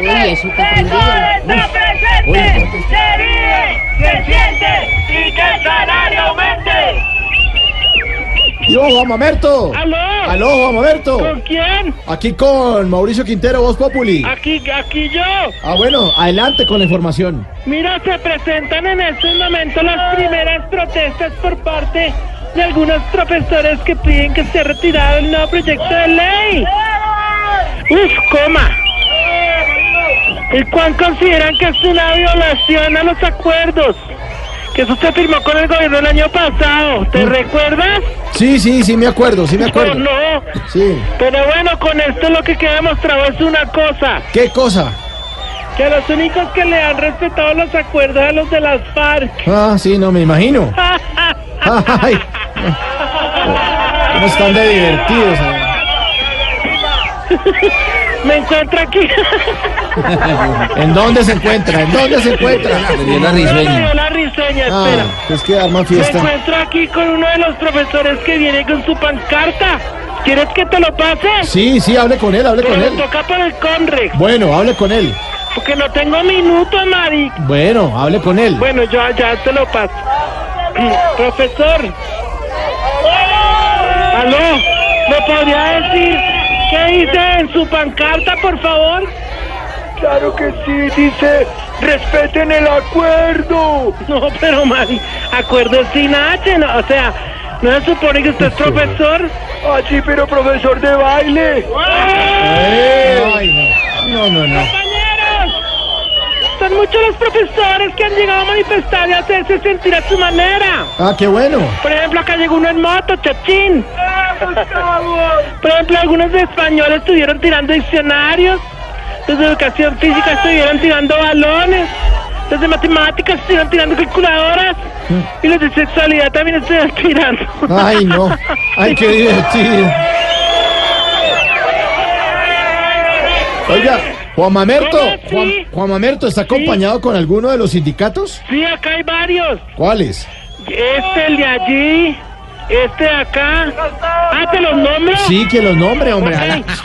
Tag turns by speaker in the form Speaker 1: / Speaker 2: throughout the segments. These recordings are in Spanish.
Speaker 1: Uy, eso está prendido.
Speaker 2: está presente!
Speaker 1: Uy, hijo de-
Speaker 2: ¡Se vive! ¡Se siente! ¡Y que el salario aumente!
Speaker 3: Yo, Juan Mamerto.
Speaker 4: ¡Aló!
Speaker 3: Aló, Juan Mamerto.
Speaker 4: ¿Con quién?
Speaker 3: Aquí con Mauricio Quintero, Voz Populi.
Speaker 4: Aquí, aquí yo.
Speaker 3: Ah, bueno, adelante con la información.
Speaker 4: Mira, se presentan en este momento las primeras protestas por parte de algunos profesores que piden que sea retirado el nuevo proyecto de ley. Uf, coma. El cual consideran que es una violación a los acuerdos. Que eso se firmó con el gobierno el año pasado. ¿Te recuerdas?
Speaker 3: Sí, sí, sí, me acuerdo, sí me
Speaker 4: Pues
Speaker 3: acuerdo.
Speaker 4: no.
Speaker 3: Sí.
Speaker 4: Pero bueno, con esto lo que queda demostrado es una cosa.
Speaker 3: ¿Qué cosa?
Speaker 4: Que los únicos que le han respetado los acuerdos a los de las FARC.
Speaker 3: Ah, sí, no me imagino. Ay, ¿Cómo están de divertidos? eh.
Speaker 4: Me encuentro aquí.
Speaker 3: ¿En dónde se encuentra? ¿En dónde se encuentra?
Speaker 1: Daniela
Speaker 4: Me
Speaker 1: Risueño.
Speaker 4: dio la risueña, espera.
Speaker 3: Ah, es que arman
Speaker 4: Me
Speaker 3: fiesta.
Speaker 4: encuentro aquí con uno de los profesores que viene con su pancarta. ¿Quieres que te lo pase?
Speaker 3: Sí, sí, hable con él, hable
Speaker 4: Pero
Speaker 3: con
Speaker 4: me
Speaker 3: él.
Speaker 4: toca por el Conrex,
Speaker 3: Bueno, hable con él.
Speaker 4: porque no tengo minutos, Mari.
Speaker 3: Bueno, hable con él.
Speaker 4: Bueno, yo ya te lo paso. Profesor. ¿Aló? ¿Me podría decir qué dice en su pancarta, por favor?
Speaker 2: Claro que sí, dice, respeten el acuerdo.
Speaker 4: No, pero Mari, acuerdo es sin H, no, o sea, no se supone que usted es profesor.
Speaker 2: Así, Ah, pero profesor de baile.
Speaker 3: Ay, no. No, no, no.
Speaker 4: ¡Compañeros! Son muchos los profesores que han llegado a manifestar y hacerse sentir a su manera.
Speaker 3: Ah, qué bueno.
Speaker 4: Por ejemplo, acá llegó uno en moto, chachín. Por ejemplo, algunos de español estuvieron tirando diccionarios. Los de educación física estuvieron tirando balones. Los de matemáticas estuvieron tirando calculadoras. Y los de sexualidad también estuvieron tirando.
Speaker 3: Ay, no. Ay, qué divertido. Oiga, Juan Mamerto,
Speaker 4: ¿Cómo así?
Speaker 3: Juan, Juan Mamerto, ¿está acompañado con alguno de los sindicatos?
Speaker 4: Sí, acá hay varios.
Speaker 3: ¿Cuáles?
Speaker 4: Este, el de allí. Este de acá. Ah, ¿te los nombro?
Speaker 3: Sí, que los nombre, hombre.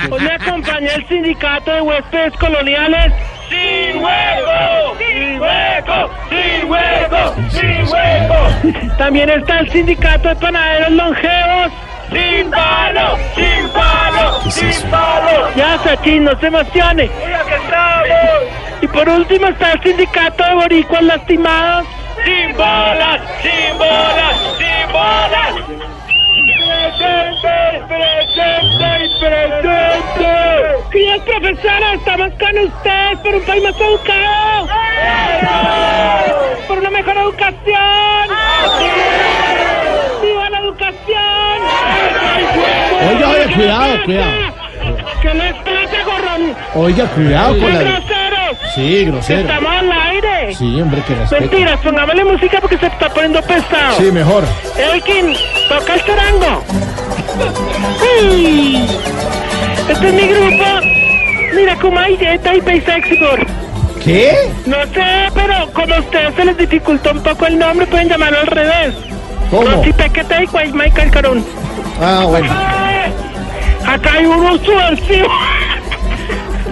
Speaker 4: Hoy me acompaña el sindicato de huéspedes coloniales.
Speaker 2: ¡Sin hueco! ¡Sin hueco! ¡Sin hueco! ¡Sin hueco!
Speaker 4: También está el sindicato de panaderos longevos.
Speaker 2: ¡Sin palo! ¡Sin palo! ¡Sin palo!
Speaker 4: Ya, Sachin, no se emocione.
Speaker 2: ¡Ya que estamos!
Speaker 4: Y por último está el sindicato de boricuas lastimados.
Speaker 2: ¡Sin bolas! ¡Sin bolas! ¡Sin bolas! ¡Presente! ¡Presente y presente!
Speaker 4: Señor profesora, estamos con ustedes por un país más educado. Por una mejor educación. ¡Viva la educación!
Speaker 3: Oiga, oiga,
Speaker 4: ¿Qué
Speaker 3: cuidado,
Speaker 4: les pasa?
Speaker 3: cuidado.
Speaker 4: ¿Qué les pasa, gorrón?
Speaker 3: Oiga, cuidado con
Speaker 4: ¡Qué
Speaker 3: la...
Speaker 4: groseros!
Speaker 3: Sí, grosero.
Speaker 4: ¡Estamos al aire!
Speaker 3: Sí, hombre, que respeto.
Speaker 4: Mentiras, pongámosle música porque se está poniendo pesado.
Speaker 3: Sí, mejor.
Speaker 4: Elkin, toca el charango. ¡Ay! Este es mi grupo. Mira, como hay de Taipei Sexport.
Speaker 3: ¿Qué?
Speaker 4: No sé, pero como a ustedes se les dificultó un poco el nombre, pueden llamarlo al revés.
Speaker 3: ¿Cómo?
Speaker 4: Rosita Queta y Guay Michael Carón.
Speaker 3: Ah, bueno.
Speaker 4: Acá hay uno subversivo.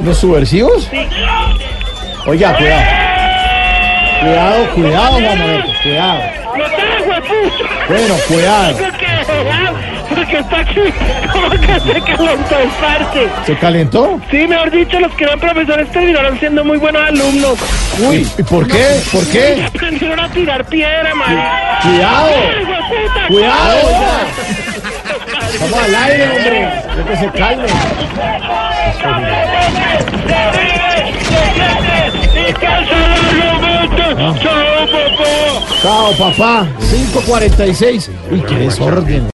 Speaker 3: ¿Los subversivos? Oiga, cuidado. Cuidado, cuidado, Juan Mamerto. Cuidado.
Speaker 4: No sé, huepucho.
Speaker 3: Bueno, cuidado.
Speaker 4: Porque, porque está aquí como que se calentó el parte.
Speaker 3: ¿Se calentó?
Speaker 4: Sí, mejor dicho, los que eran profesores terminaron siendo muy buenos alumnos.
Speaker 3: Uy, ¿y por qué? ¿Por
Speaker 4: Y
Speaker 3: qué?
Speaker 4: Aprendieron a tirar piedra, madre.
Speaker 3: Cuidado,
Speaker 4: ¡Ay, hueputa!
Speaker 3: cuidado. oiga. Estamos al aire, hombre. Yo que se calme. Ah. Chao, papá. 5.46. Uy, qué desorden.